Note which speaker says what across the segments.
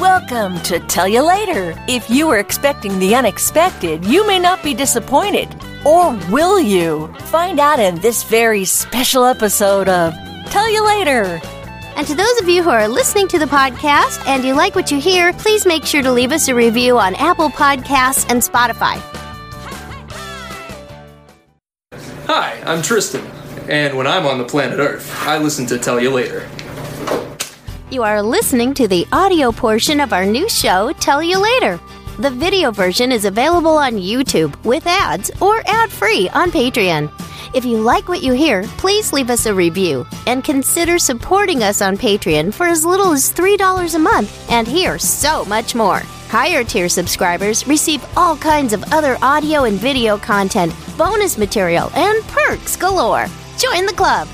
Speaker 1: Welcome to Tell You Later. If you were expecting the unexpected, you may not be disappointed. Or will you? Find out in this very special episode of Tell You Later.
Speaker 2: And to those of you who are listening to the podcast and you like what you hear, please make sure to leave us a review on Apple Podcasts and Spotify.
Speaker 3: Hi, I'm Tristan, and when I'm on the planet Earth, I listen to Tell You Later.
Speaker 2: You are listening to the audio portion of our new show, Tell You Later. The video version is available on YouTube with ads or ad free on Patreon. If you like what you hear, please leave us a review and consider supporting us on Patreon for as little as $3 a month and hear so much more. Higher tier subscribers receive all kinds of other audio and video content, bonus material, and perks galore. Join the club!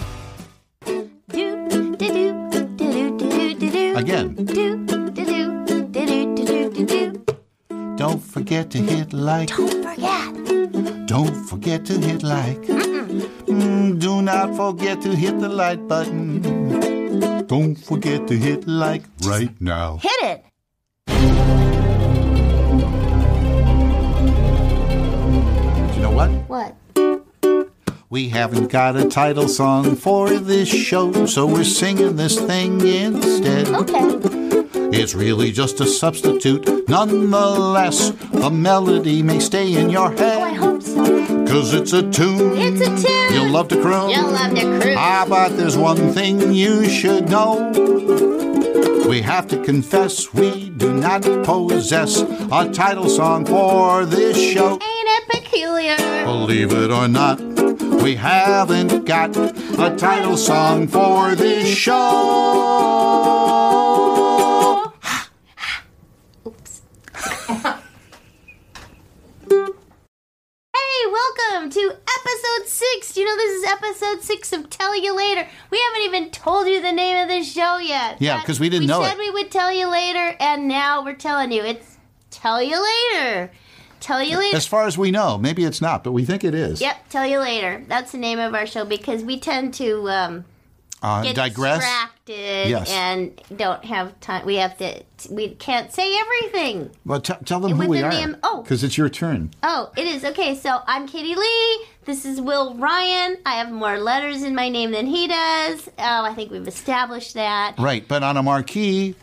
Speaker 4: Again. Don't forget to hit like.
Speaker 2: Don't forget.
Speaker 4: Don't forget to hit like. Mm, do not forget to hit the like button. Don't forget to hit like right now.
Speaker 2: Hit it!
Speaker 4: You know what?
Speaker 2: What?
Speaker 4: We haven't got a title song for this show, so we're singing this thing instead.
Speaker 2: Oh. Okay.
Speaker 4: It's really just a substitute. Nonetheless, the melody may stay in your head.
Speaker 2: Oh, hope so.
Speaker 4: Cause it's a tune.
Speaker 2: It's a tune.
Speaker 4: You'll love to croon.
Speaker 2: You'll love to cruise.
Speaker 4: Ah, but there's one thing you should know. We have to confess we do not possess a title song for this show.
Speaker 2: Ain't it peculiar?
Speaker 4: Believe it or not, we haven't got a title song for this show.
Speaker 2: Hey, welcome to episode six. You know, this is episode six of Tell You Later. We haven't even told you the name of the show yet.
Speaker 4: Yeah,
Speaker 2: But
Speaker 4: 'cause we didn't know
Speaker 2: We
Speaker 4: it.
Speaker 2: said we would tell you later, and now we're telling you. It's Tell You Later. Tell You Later.
Speaker 4: As far as we know, maybe it's not, but we think it is.
Speaker 2: Yep, Tell You Later. That's the name of our show because we tend to um,
Speaker 4: Uh,
Speaker 2: get
Speaker 4: digress.
Speaker 2: distracted
Speaker 4: Yes.
Speaker 2: and don't have time. We have to, we can't say everything.
Speaker 4: Well, t- tell them who
Speaker 2: Within
Speaker 4: we
Speaker 2: the
Speaker 4: are.
Speaker 2: am- oh.
Speaker 4: because it's your turn.
Speaker 2: Oh, it is. Okay, so I'm Katie Lee. This is Will Ryan. I have more letters in my name than he does. Oh, I think we've established that.
Speaker 4: Right, but on a marquee,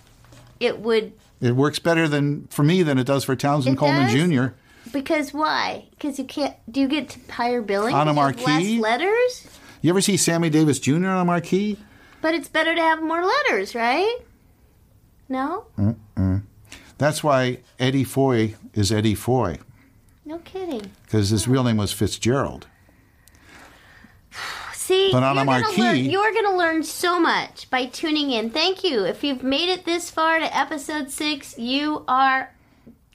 Speaker 2: It would.
Speaker 4: it works better than for me than it does for Townsend
Speaker 2: It
Speaker 4: Coleman
Speaker 2: does?
Speaker 4: Jr.
Speaker 2: Because why? Because you can't. Do you get to higher billing?
Speaker 4: On a
Speaker 2: if you have
Speaker 4: marquee?
Speaker 2: Less letters?
Speaker 4: You ever see Sammy Davis Jr. on a marquee?
Speaker 2: But it's better to have more letters, right? No?
Speaker 4: That's why Eddie Foy is Eddie Foy
Speaker 2: No kidding.
Speaker 4: because his real name was Fitzgerald.
Speaker 2: See,
Speaker 4: But on a
Speaker 2: you're gonna
Speaker 4: marquee-
Speaker 2: learn- you're going to learn so much by tuning in. Thank you. If you've made it this far to episode six, you are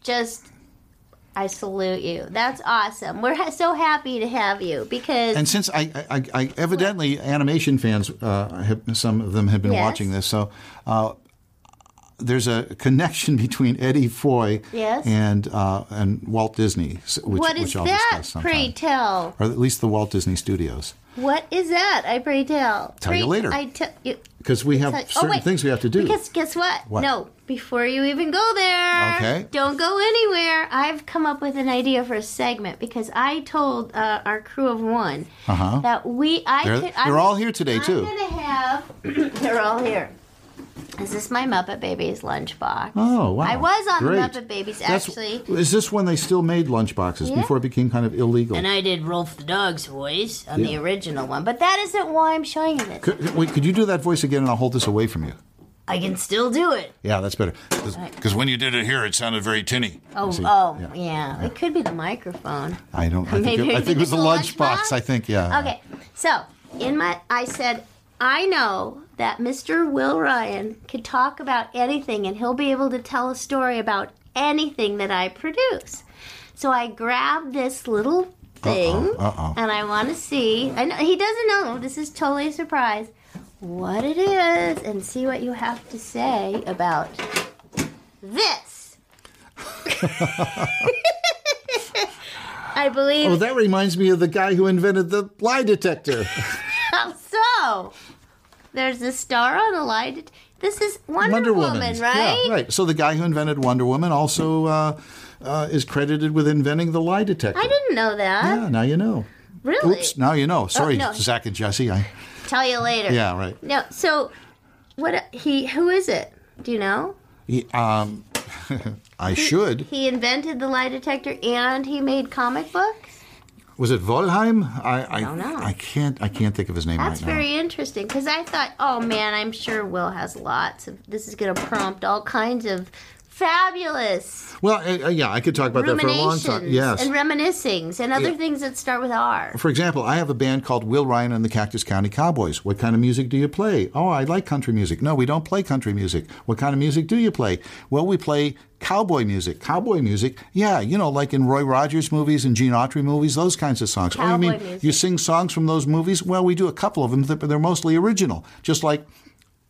Speaker 2: just. I salute you. That's awesome. We're ha- so happy to have you because
Speaker 4: And since I, I, I- I evidently animation fans, uh, have, some of them have been
Speaker 2: Yes.
Speaker 4: watching this, so uh, there's a connection between Eddie Foy
Speaker 2: Yes.
Speaker 4: and uh, and Walt Disney, s- which,
Speaker 2: what
Speaker 4: which
Speaker 2: is
Speaker 4: I'll
Speaker 2: that?
Speaker 4: discuss sometime.
Speaker 2: Pray tell.
Speaker 4: or at least the Walt Disney Studios,
Speaker 2: What is that? I pray tell.
Speaker 4: Tell you
Speaker 2: Pray-
Speaker 4: later.
Speaker 2: I tell you.
Speaker 4: because we have
Speaker 2: Tell- oh,
Speaker 4: certain
Speaker 2: wait.
Speaker 4: things we have to do.
Speaker 2: Because guess what?
Speaker 4: What?
Speaker 2: No, before you even go there,
Speaker 4: Okay.
Speaker 2: don't go anywhere. I've come up with an idea for a segment because I told uh, our crew of one
Speaker 4: Uh-huh.
Speaker 2: that we I
Speaker 4: they're,
Speaker 2: could,
Speaker 4: they're
Speaker 2: I'm,
Speaker 4: all here today
Speaker 2: I'm
Speaker 4: too.
Speaker 2: gonna have. they're all here. Is this my Muppet Babies lunchbox?
Speaker 4: Oh wow!
Speaker 2: I was on
Speaker 4: Great.
Speaker 2: the Muppet Babies
Speaker 4: That's-
Speaker 2: actually,
Speaker 4: is this when they still made lunchboxes
Speaker 2: Yeah.
Speaker 4: before it became kind of illegal?
Speaker 2: and I did Rolf the dog's voice on the original one. But that isn't why I'm showing you this.
Speaker 4: could, wait, could you do that voice again, and I'll hold this away from you?
Speaker 2: I can still do it.
Speaker 4: Yeah, that's better. Because when you did it here, it sounded very tinny.
Speaker 2: Oh,
Speaker 4: See?
Speaker 2: oh, yeah. It could be the microphone.
Speaker 4: I don't. I think,
Speaker 2: Maybe
Speaker 4: it, I
Speaker 2: we can
Speaker 4: think it was
Speaker 2: do
Speaker 4: the
Speaker 2: a
Speaker 4: lunchbox.
Speaker 2: lunchbox?
Speaker 4: I think. Yeah.
Speaker 2: Okay, so in my, I said, I know that Mr. Will Ryan could talk about anything and he'll be able to tell a story about anything that I produce. So I grabbed this little thing
Speaker 5: uh-oh.
Speaker 2: and I want to see. I know he doesn't know. This is totally a surprise. What it is and see what you have to say about this. I believe
Speaker 4: Oh, that reminds me of the guy who invented the lie detector.
Speaker 2: Um, so. There's a star on a light. This is Wonder,
Speaker 4: Wonder
Speaker 2: Woman,
Speaker 4: Woman,
Speaker 2: right?
Speaker 4: Yeah, right. So the guy who invented Wonder Woman also uh, uh, is credited with inventing the lie detector.
Speaker 2: I didn't know that.
Speaker 4: Yeah, now you know.
Speaker 2: Really?
Speaker 4: Oops, now you know. Sorry,
Speaker 2: no.
Speaker 4: Zach and Jesse. I,
Speaker 2: Tell you later.
Speaker 4: yeah, right.
Speaker 2: No. So, what he? Who is it? Do you know?
Speaker 4: He- um, I should.
Speaker 2: He invented the lie detector and he made comic books.
Speaker 4: Was it Volheim? I I,
Speaker 2: Don't know.
Speaker 4: I can't I can't think of his name
Speaker 2: That's
Speaker 4: right now.
Speaker 2: very interesting because I thought, oh man, I'm sure Will has lots of. This is going to prompt all kinds of fabulous
Speaker 4: Well, uh, uh, yeah, I could talk about that for a long
Speaker 2: ruminations
Speaker 4: time. Yes.
Speaker 2: and reminiscings and other things that start with R.
Speaker 4: for example, I have a band called Will Ryan and the Cactus County Cowboys. What kind of music do you play? Oh, I like country music. No, we don't play country music. What kind of music do you play? Well, we play cowboy music. Cowboy music, yeah, you know, like in Roy Rogers movies and Gene Autry movies, those kinds of songs. oh, you mean
Speaker 2: Cowboy music.
Speaker 4: you sing songs from those movies? Well, we do a couple of them, but they're mostly original. Just like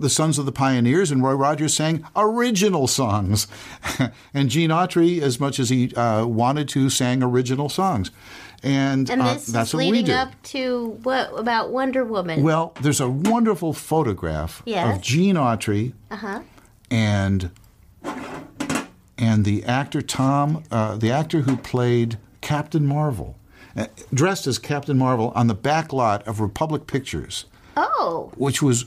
Speaker 4: the Sons of the Pioneers and Roy Rogers sang original songs. and Gene Autry, as much as he uh, wanted to, sang original songs. And,
Speaker 2: And
Speaker 4: uh,
Speaker 2: this
Speaker 4: that's
Speaker 2: is
Speaker 4: what we
Speaker 2: leading
Speaker 4: do.
Speaker 2: up to what about Wonder Woman?
Speaker 4: Well, there's a wonderful photograph
Speaker 2: Yes. Uh-huh.
Speaker 4: of Gene Autry and and the actor Tom, uh, the actor who played Captain Marvel, uh, dressed as Captain Marvel on the back lot of Republic Pictures
Speaker 2: oh,
Speaker 4: which was,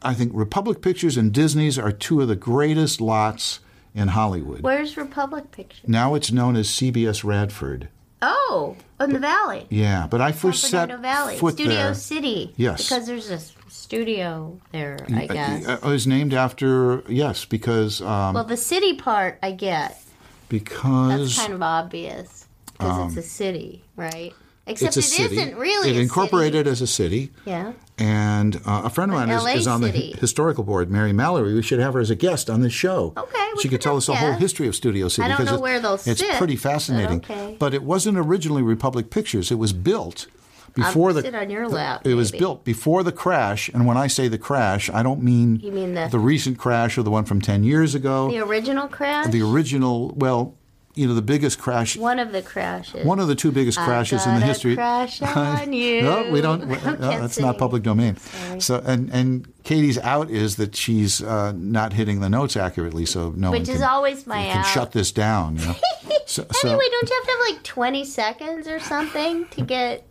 Speaker 4: I think, Republic Pictures and Disney's are two of the greatest lots in Hollywood.
Speaker 2: where's Republic Pictures?
Speaker 4: Now it's known as CBS Radford.
Speaker 2: Oh, in the Valley.
Speaker 4: Yeah, but I first
Speaker 2: San
Speaker 4: set
Speaker 2: Fernando Valley,
Speaker 4: foot
Speaker 2: Studio
Speaker 4: there.
Speaker 2: City.
Speaker 4: Yes.
Speaker 2: because there's a s- studio there. I guess.
Speaker 4: Uh, It was named after yes, because um,
Speaker 2: well, the city part I get. That's
Speaker 4: because
Speaker 2: kind of obvious because it's a city, right? Except
Speaker 4: um, it's
Speaker 2: it
Speaker 4: a city.
Speaker 2: not really.
Speaker 4: it
Speaker 2: a
Speaker 4: incorporated as a city.
Speaker 2: city. Yeah.
Speaker 4: And uh, a friend of
Speaker 2: But
Speaker 4: mine is,
Speaker 2: LA
Speaker 4: is on the
Speaker 2: City.
Speaker 4: hi- historical board, Mary Mallory. We should have her as a guest on this show.
Speaker 2: Okay, we
Speaker 4: she
Speaker 2: can
Speaker 4: could tell
Speaker 2: have
Speaker 4: us the whole
Speaker 2: guests.
Speaker 4: history of Studio City.
Speaker 2: I don't
Speaker 4: because
Speaker 2: know
Speaker 4: it-
Speaker 2: where those
Speaker 4: It's
Speaker 2: sit,
Speaker 4: pretty
Speaker 2: but
Speaker 4: fascinating.
Speaker 2: okay.
Speaker 4: But it wasn't originally Republic Pictures. It was built before
Speaker 2: I'll
Speaker 4: the.
Speaker 2: sit on your lap.
Speaker 4: it was
Speaker 2: maybe.
Speaker 4: built before the crash, and when I say the crash, I don't mean,
Speaker 2: You mean the-
Speaker 4: the recent crash or the one from ten years ago.
Speaker 2: The original crash.
Speaker 4: the original, well, you know, the biggest crash
Speaker 2: one of the crashes.
Speaker 4: one of the two biggest crashes in the
Speaker 2: gotta
Speaker 4: history.
Speaker 2: crash on you.
Speaker 4: no, we don't.
Speaker 2: I can't
Speaker 4: uh, that's
Speaker 2: sing.
Speaker 4: not public domain. So, and and Katie's out is that she's uh, not hitting the notes accurately, so no one
Speaker 2: Which is
Speaker 4: can,
Speaker 2: always my
Speaker 4: can
Speaker 2: out.
Speaker 4: shut this down. You know? so, so-
Speaker 2: Anyway, don't you have to have like 20 seconds or something to get,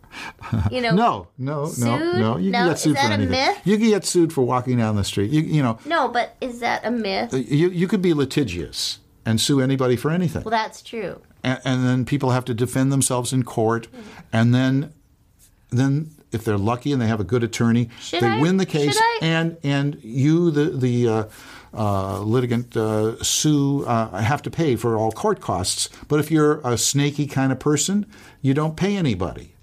Speaker 2: you know?
Speaker 4: no, no, no,
Speaker 2: Sued?
Speaker 4: no. You
Speaker 2: No,
Speaker 4: can get
Speaker 2: is
Speaker 4: sued
Speaker 2: that
Speaker 4: for
Speaker 2: a
Speaker 4: anything.
Speaker 2: myth?
Speaker 4: You can get sued for walking down the street. You you know,
Speaker 2: No, but is that a myth?
Speaker 4: you you could be litigious and sue anybody for anything.
Speaker 2: Well, that's true.
Speaker 4: and, and then people have to defend themselves in court,
Speaker 2: Mm-hmm.
Speaker 4: and then then if they're lucky and they have a good attorney,
Speaker 2: Should
Speaker 4: they
Speaker 2: I-
Speaker 4: win the case,
Speaker 2: should I-
Speaker 4: and and you the the uh, uh, litigant uh, sue uh, have to pay for all court costs. But if you're a snaky kind of person, you don't pay anybody.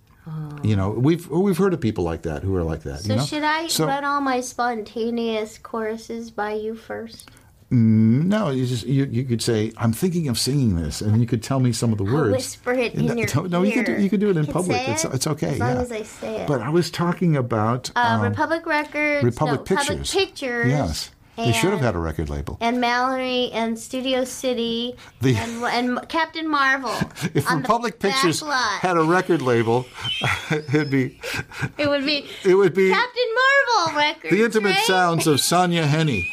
Speaker 4: You know, we've we've heard of people like that who are like that.
Speaker 2: Oh. So
Speaker 4: you know?
Speaker 2: should I
Speaker 4: So-
Speaker 2: run all my spontaneous choruses by you first?
Speaker 4: No, you just you, you could say I'm thinking of singing this, and you could tell me some of the words.
Speaker 2: whisper it in
Speaker 4: no,
Speaker 2: your
Speaker 4: don't- no, you could do-
Speaker 2: ear.
Speaker 4: you could do it
Speaker 2: I
Speaker 4: in
Speaker 2: can
Speaker 4: public.
Speaker 2: say
Speaker 4: It's-
Speaker 2: it?
Speaker 4: it's okay,
Speaker 2: As long
Speaker 4: yeah.
Speaker 2: as I say it.
Speaker 4: But I was talking about
Speaker 2: uh,
Speaker 4: um,
Speaker 2: Republic Records.
Speaker 4: Republic
Speaker 2: no,
Speaker 4: Pictures.
Speaker 2: Public Pictures.
Speaker 4: Yes, they should have had a record label.
Speaker 2: And Mallory and Studio City
Speaker 4: The-
Speaker 2: and, and Captain Marvel.
Speaker 4: If
Speaker 2: on the
Speaker 4: Republic
Speaker 2: back
Speaker 4: Pictures
Speaker 2: lot.
Speaker 4: had a record label, it'd be
Speaker 2: it would be
Speaker 4: it would be
Speaker 2: Captain Marvel Records.
Speaker 4: the intimate
Speaker 2: right?
Speaker 4: sounds of Sonia Henny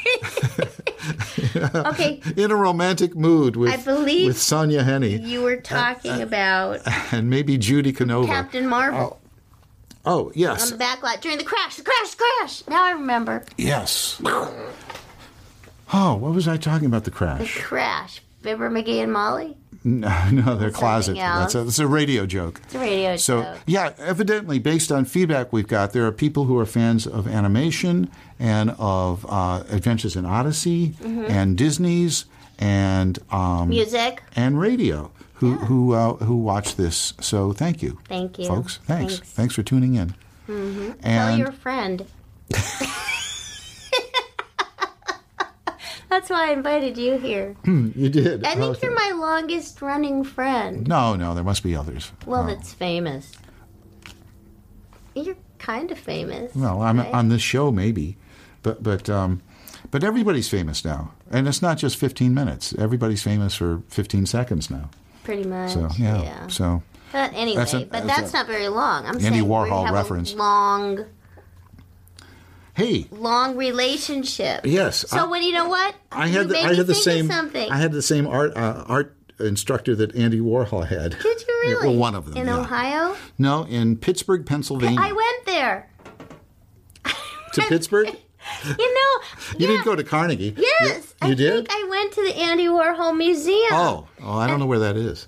Speaker 2: Okay,
Speaker 4: in a romantic mood with
Speaker 2: I believe
Speaker 4: with Sonia Henny
Speaker 2: you were talking about
Speaker 4: and maybe Judy Canova.
Speaker 2: Captain Um, Marvel
Speaker 4: oh
Speaker 2: on
Speaker 4: yes,
Speaker 2: the back lot during the crash, the crash, the crash. Now I remember.
Speaker 4: yes. Oh, what was I talking about? The
Speaker 2: The
Speaker 4: crash.
Speaker 2: crash. Fibber McGee and Molly?
Speaker 4: No, no, they're closet.
Speaker 2: else.
Speaker 4: That's a, that's a radio joke.
Speaker 2: It's a radio
Speaker 4: So
Speaker 2: show.
Speaker 4: yeah, evidently, based on feedback we've got, there are people who are fans of animation and of uh, Adventures in Odyssey
Speaker 2: Mm-hmm.
Speaker 4: and Disney's and um,
Speaker 2: Music.
Speaker 4: and radio who who uh, who watch this. So thank you,
Speaker 2: Thank you.
Speaker 4: folks. Thanks,
Speaker 2: Thanks. Mm-hmm.
Speaker 4: thanks, for tuning in.
Speaker 2: Tell
Speaker 4: And
Speaker 2: your friend. That's why I invited you here.
Speaker 4: You did.
Speaker 2: I think
Speaker 4: Okay.
Speaker 2: you're my longest running friend.
Speaker 4: No, no, there must be others.
Speaker 2: Well,
Speaker 4: no.
Speaker 2: that's famous. You're kind of famous.
Speaker 4: No, I'm
Speaker 2: right?
Speaker 4: on this show maybe, but but um, but everybody's famous now, and it's not just 15 minutes. Everybody's famous for 15 seconds now.
Speaker 2: pretty much.
Speaker 4: So yeah, so
Speaker 2: But anyway,
Speaker 4: That's a-
Speaker 2: but
Speaker 4: that's
Speaker 2: that's
Speaker 4: a
Speaker 2: not very long. I'm
Speaker 4: Andy
Speaker 2: saying we
Speaker 4: Warhol
Speaker 2: have
Speaker 4: reference.
Speaker 2: a long,
Speaker 4: hey,
Speaker 2: long relationship.
Speaker 4: Yes,
Speaker 2: So
Speaker 4: I-
Speaker 2: when you know what
Speaker 4: I
Speaker 2: You
Speaker 4: had the,
Speaker 2: made
Speaker 4: I
Speaker 2: me
Speaker 4: had the
Speaker 2: think of
Speaker 4: same
Speaker 2: something.
Speaker 4: I had the same art uh, art instructor that Andy Warhol had.
Speaker 2: Did you
Speaker 4: Yeah,
Speaker 2: really?
Speaker 4: well, one of them,
Speaker 2: in
Speaker 4: yeah. Hmm.
Speaker 2: Ohio.
Speaker 4: No, in Pittsburgh, Pennsylvania.
Speaker 2: I went there.
Speaker 4: to Pittsburgh.
Speaker 2: You know.
Speaker 4: You
Speaker 2: yeah,
Speaker 4: didn't go to Carnegie. You-
Speaker 2: Yes,
Speaker 4: You,
Speaker 2: I Think
Speaker 4: did.
Speaker 2: I went to the Andy Warhol Museum.
Speaker 4: oh, oh, I don't know where that is.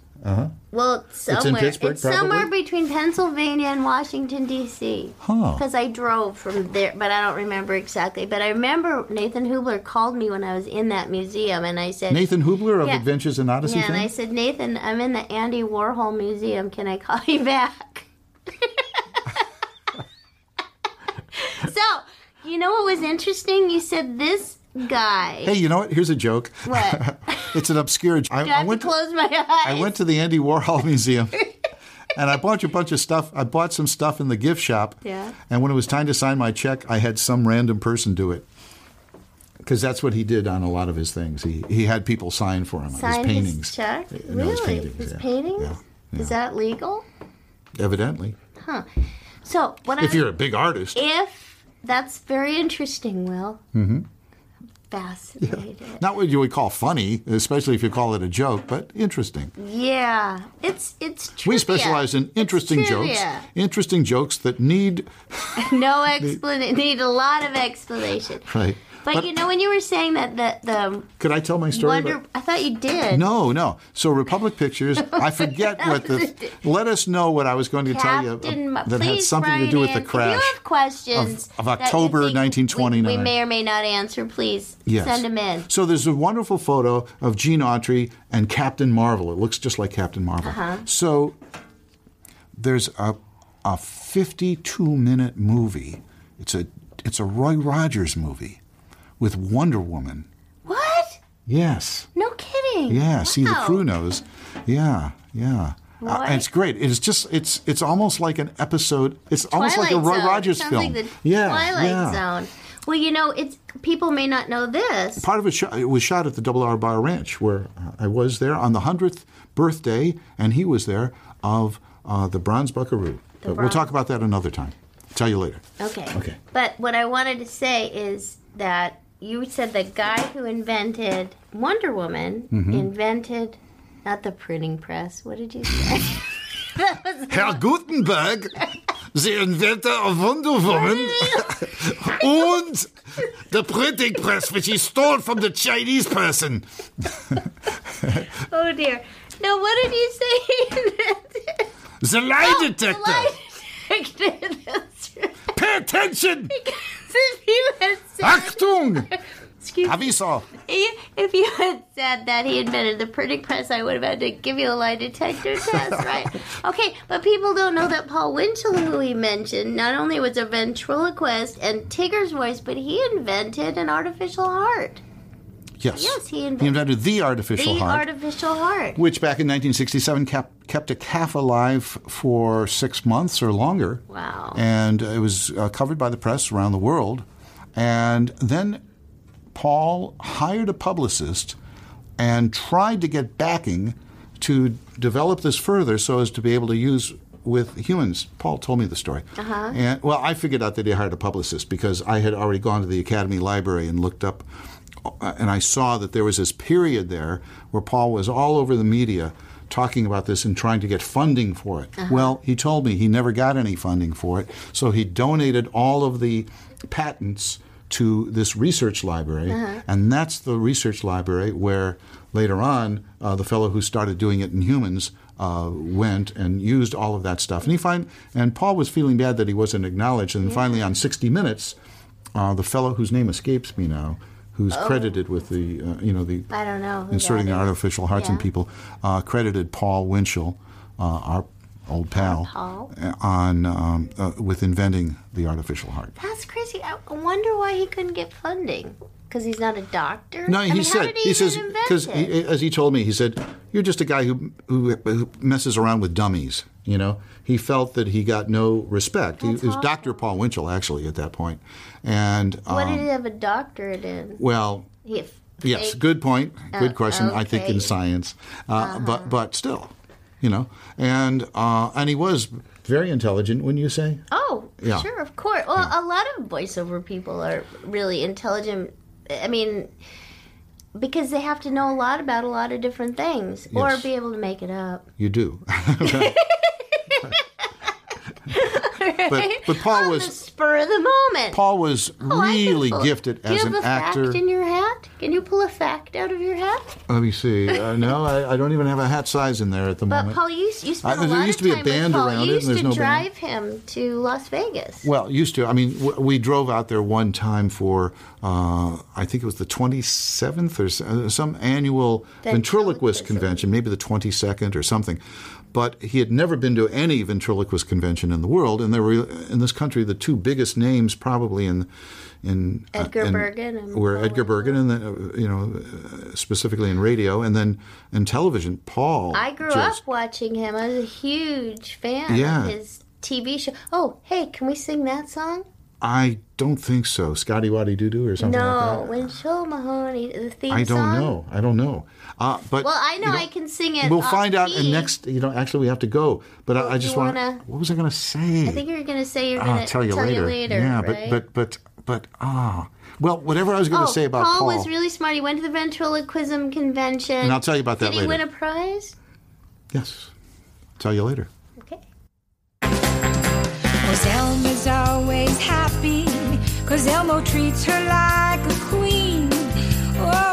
Speaker 2: well, it's somewhere.
Speaker 4: Pittsburgh,
Speaker 2: It's somewhere
Speaker 4: probably?
Speaker 2: between Pennsylvania and Washington D.C.
Speaker 4: Huh.
Speaker 2: Because I drove from there, but I don't remember exactly. But I remember Nathan Hubler called me when I was in that museum, and I said,
Speaker 4: Nathan Hubler of
Speaker 2: Yeah.
Speaker 4: Adventures in Odyssey.
Speaker 2: Yeah, and
Speaker 4: fame?
Speaker 2: I said, Nathan, I'm in the Andy Warhol Museum. Can I call you back? so, you know what was interesting? You said this guy.
Speaker 4: hey, you know what? Here's a joke.
Speaker 2: What?
Speaker 4: It's an obscure. I,
Speaker 2: I
Speaker 4: I
Speaker 2: have
Speaker 4: went.
Speaker 2: to close my eyes.
Speaker 4: I went to the Andy Warhol Museum. And I bought you a bunch of stuff. I bought some stuff in the gift shop.
Speaker 2: Yeah.
Speaker 4: And when it was time to sign my check, I had some random person do it. Because that's what he did on a lot of his things. He he had people sign for him,
Speaker 2: Signed
Speaker 4: his paintings.
Speaker 2: His check?
Speaker 4: Yeah,
Speaker 2: Really?
Speaker 4: no, his paintings,
Speaker 2: His
Speaker 4: yeah.
Speaker 2: paintings?
Speaker 4: Yeah,
Speaker 2: Is that legal?
Speaker 4: Evidently.
Speaker 2: So, what
Speaker 4: If
Speaker 2: I
Speaker 4: you're a big artist.
Speaker 2: if that's very interesting, Will. Mm-hmm. Fascinated.
Speaker 4: Not what you would call funny, especially if you call it a joke, but interesting.
Speaker 2: Yeah, it's it's trivia.
Speaker 4: We specialize in
Speaker 2: It's
Speaker 4: interesting jokes.
Speaker 2: trivia.
Speaker 4: Interesting jokes that need
Speaker 2: No explanation. Need a lot of explanation.
Speaker 4: right.
Speaker 2: But, you know, when you were saying that the the
Speaker 4: could I tell my story?
Speaker 2: wonder,
Speaker 4: about-
Speaker 2: I thought you did.
Speaker 4: No, no. So Republic Pictures, I forget what the. Let us know what I was going to tell
Speaker 2: Captain,
Speaker 4: you
Speaker 2: Mo-
Speaker 4: uh, that had
Speaker 2: please
Speaker 4: something to
Speaker 2: write
Speaker 4: do with
Speaker 2: in.
Speaker 4: the crash.
Speaker 2: If you have questions
Speaker 4: of- of
Speaker 2: that you
Speaker 4: October
Speaker 2: think we-
Speaker 4: 1929.
Speaker 2: we may or may not answer. Please
Speaker 4: Yes.
Speaker 2: send them in.
Speaker 4: So there's a wonderful photo of Gene Autry and Captain Marvel. It looks just like Captain Marvel.
Speaker 2: Uh-huh.
Speaker 4: So there's a a 52 minute movie. It's a it's a Roy Rogers movie with Wonder Woman.
Speaker 2: What?
Speaker 4: Yes.
Speaker 2: No kidding.
Speaker 4: Yeah, see the
Speaker 2: Wow.
Speaker 4: crew knows. Yeah, yeah. Uh,
Speaker 2: What?
Speaker 4: and it's great. It's just it's it's almost like an episode. It's almost like a Roy
Speaker 2: Twilight Zone.
Speaker 4: Rogers
Speaker 2: Sounds
Speaker 4: film.
Speaker 2: Like the
Speaker 4: yeah,
Speaker 2: Twilight
Speaker 4: yeah.
Speaker 2: Zone. Well, you know, it's people may not know this.
Speaker 4: Part of it, shot, it was shot at the Double R Bar Ranch, where uh, I was there on the hundredth birthday, and he was there of uh, the Bronze Buckaroo. but we'll
Speaker 2: Bronze-
Speaker 4: talk about that another time. Tell you later.
Speaker 2: Okay.
Speaker 4: Okay.
Speaker 2: But what I wanted to say is that you said the guy who invented Wonder Woman invented not the printing press. What did you say?
Speaker 4: Herr Gutenberg, the inventor of Wonder Woman, and the printing press which he stole from the Chinese person.
Speaker 2: oh dear. No, what did you say?
Speaker 4: The lie
Speaker 2: Oh,
Speaker 4: detector.
Speaker 2: That's right.
Speaker 4: Pay attention.
Speaker 2: If you had
Speaker 4: Ah,
Speaker 2: said,
Speaker 4: Achtung.
Speaker 2: excuse me,
Speaker 4: Aviso.
Speaker 2: if you had said that he invented the printing press, I would have had to give you a lie detector test, right? Okay, but people don't know that Paul Winchell, who he mentioned, not only was a ventriloquist and Tigger's voice, but he invented an artificial heart.
Speaker 4: Yes.
Speaker 2: Yes, he invented-
Speaker 4: the artificial
Speaker 2: The
Speaker 4: heart,
Speaker 2: artificial heart.
Speaker 4: which back in 1967 kept, kept a calf alive for six months or longer.
Speaker 2: Wow.
Speaker 4: And it was uh, covered by the press around the world. And then Paul hired a publicist and tried to get backing to develop this further so as to be able to use with humans. Paul told me the story. Uh-huh. And well, I figured out that he hired a publicist because I had already gone to the Academy Library and looked up uh, and I saw that there was this period there where Paul was all over the media talking about this and trying to get funding for it.
Speaker 2: Uh-huh.
Speaker 4: Well, he told me he never got any funding for it, so he donated all of the patents to this research library,
Speaker 2: Uh-huh.
Speaker 4: and that's the research library where later on uh, the fellow who started doing it in humans uh, went and used all of that stuff. And he find and Paul was feeling bad that he wasn't acknowledged, and finally on 60 Minutes, uh, the fellow whose name escapes me now, who's credited with the uh, you know the
Speaker 2: Oh. I don't know. who
Speaker 4: inserting
Speaker 2: that
Speaker 4: the
Speaker 2: is.
Speaker 4: artificial hearts in
Speaker 2: Yeah.
Speaker 4: people, uh, credited Paul Winchell, uh, our old pal,
Speaker 2: Paul.
Speaker 4: uh, on um, uh, with inventing the artificial heart.
Speaker 2: That's crazy. I I wonder why he couldn't get funding. Because he's not a doctor?
Speaker 4: No,
Speaker 2: I
Speaker 4: he
Speaker 2: mean,
Speaker 4: said
Speaker 2: how did he,
Speaker 4: he
Speaker 2: even
Speaker 4: says
Speaker 2: invent
Speaker 4: because
Speaker 2: it?
Speaker 4: as he told me, he said you're just a guy who, who who messes around with dummies. You know, he felt that he got no respect. He, it was Dr. Paul Winchell actually at that point, and
Speaker 2: what
Speaker 4: um,
Speaker 2: did he have a doctorate in?
Speaker 4: well,
Speaker 2: He f-
Speaker 4: yes,
Speaker 2: fake-
Speaker 4: good point, good question. I
Speaker 2: Oh, okay.
Speaker 4: think
Speaker 2: Uh-huh.
Speaker 4: in science, uh, but but still, you know, and uh, and he was very intelligent. Wouldn't you say?
Speaker 2: Oh,
Speaker 4: Yeah.
Speaker 2: sure, of course. Well, a lot of voiceover people are really intelligent. I mean, because they have to know a lot about a lot of different things or
Speaker 4: Yes.
Speaker 2: be able to make it up.
Speaker 4: You do. But, but Paul
Speaker 2: On the
Speaker 4: was
Speaker 2: spur of the moment.
Speaker 4: Paul was
Speaker 2: Oh, I can
Speaker 4: really
Speaker 2: pull-
Speaker 4: gifted
Speaker 2: Do
Speaker 4: as
Speaker 2: you have
Speaker 4: an
Speaker 2: a
Speaker 4: actor.
Speaker 2: fact in your hat? Can you pull a fact out of your hat?
Speaker 4: Let me see. Uh, no, I, I don't even have a hat size in there at the
Speaker 2: But
Speaker 4: moment.
Speaker 2: Paul, you, s- you spent
Speaker 4: I-
Speaker 2: a
Speaker 4: there
Speaker 2: lot
Speaker 4: used
Speaker 2: of
Speaker 4: to be a
Speaker 2: time
Speaker 4: band
Speaker 2: with Paul. you
Speaker 4: around it, and
Speaker 2: used
Speaker 4: there's
Speaker 2: to
Speaker 4: no band.
Speaker 2: drive him to Las Vegas.
Speaker 4: well, used to. I mean, w- we drove out there one time for uh, I think it was the 27th or s- uh, some annual ventriloquist convention, maybe the 22nd or something. But he had never been to any ventriloquist convention in the world, and there were uh, in this country the two biggest names probably in in uh,
Speaker 2: Edgar
Speaker 4: in-
Speaker 2: Bergen and
Speaker 4: were
Speaker 2: Paul
Speaker 4: Edgar Bergen, and then uh, you know uh, specifically in radio, and then in television, Paul.
Speaker 2: I grew
Speaker 4: just-
Speaker 2: up watching him. I was a huge fan
Speaker 4: Yeah.
Speaker 2: of his TV show. Oh, hey, can we sing that song?
Speaker 4: I don't think so. Scotty Waddy Doo Doo or something
Speaker 2: no,
Speaker 4: like that.
Speaker 2: when Joe Mahoney, the theme
Speaker 4: I don't
Speaker 2: song.
Speaker 4: know. I don't know. Uh, but
Speaker 2: Well, I know
Speaker 4: you
Speaker 2: I can sing it.
Speaker 4: We'll
Speaker 2: off
Speaker 4: find out. And
Speaker 2: key.
Speaker 4: next, you know, actually, we have to go. But I, I
Speaker 2: you
Speaker 4: just want.
Speaker 2: wanna-
Speaker 4: What was I going to
Speaker 2: I
Speaker 4: say?
Speaker 2: think you're gonna say you're gonna
Speaker 4: Ah, I'll tell you later. yeah, but but but but ah. well, whatever I was going
Speaker 2: oh,
Speaker 4: to say about Paul.
Speaker 2: Paul was really smart. He went to the ventriloquism convention.
Speaker 4: and I'll tell you about that
Speaker 2: Did
Speaker 4: later.
Speaker 2: he win a prize?
Speaker 4: yes. Tell you later.
Speaker 2: Okay.
Speaker 6: Cause Elmo's always happy. Cause Elmo treats her like a queen. Oh,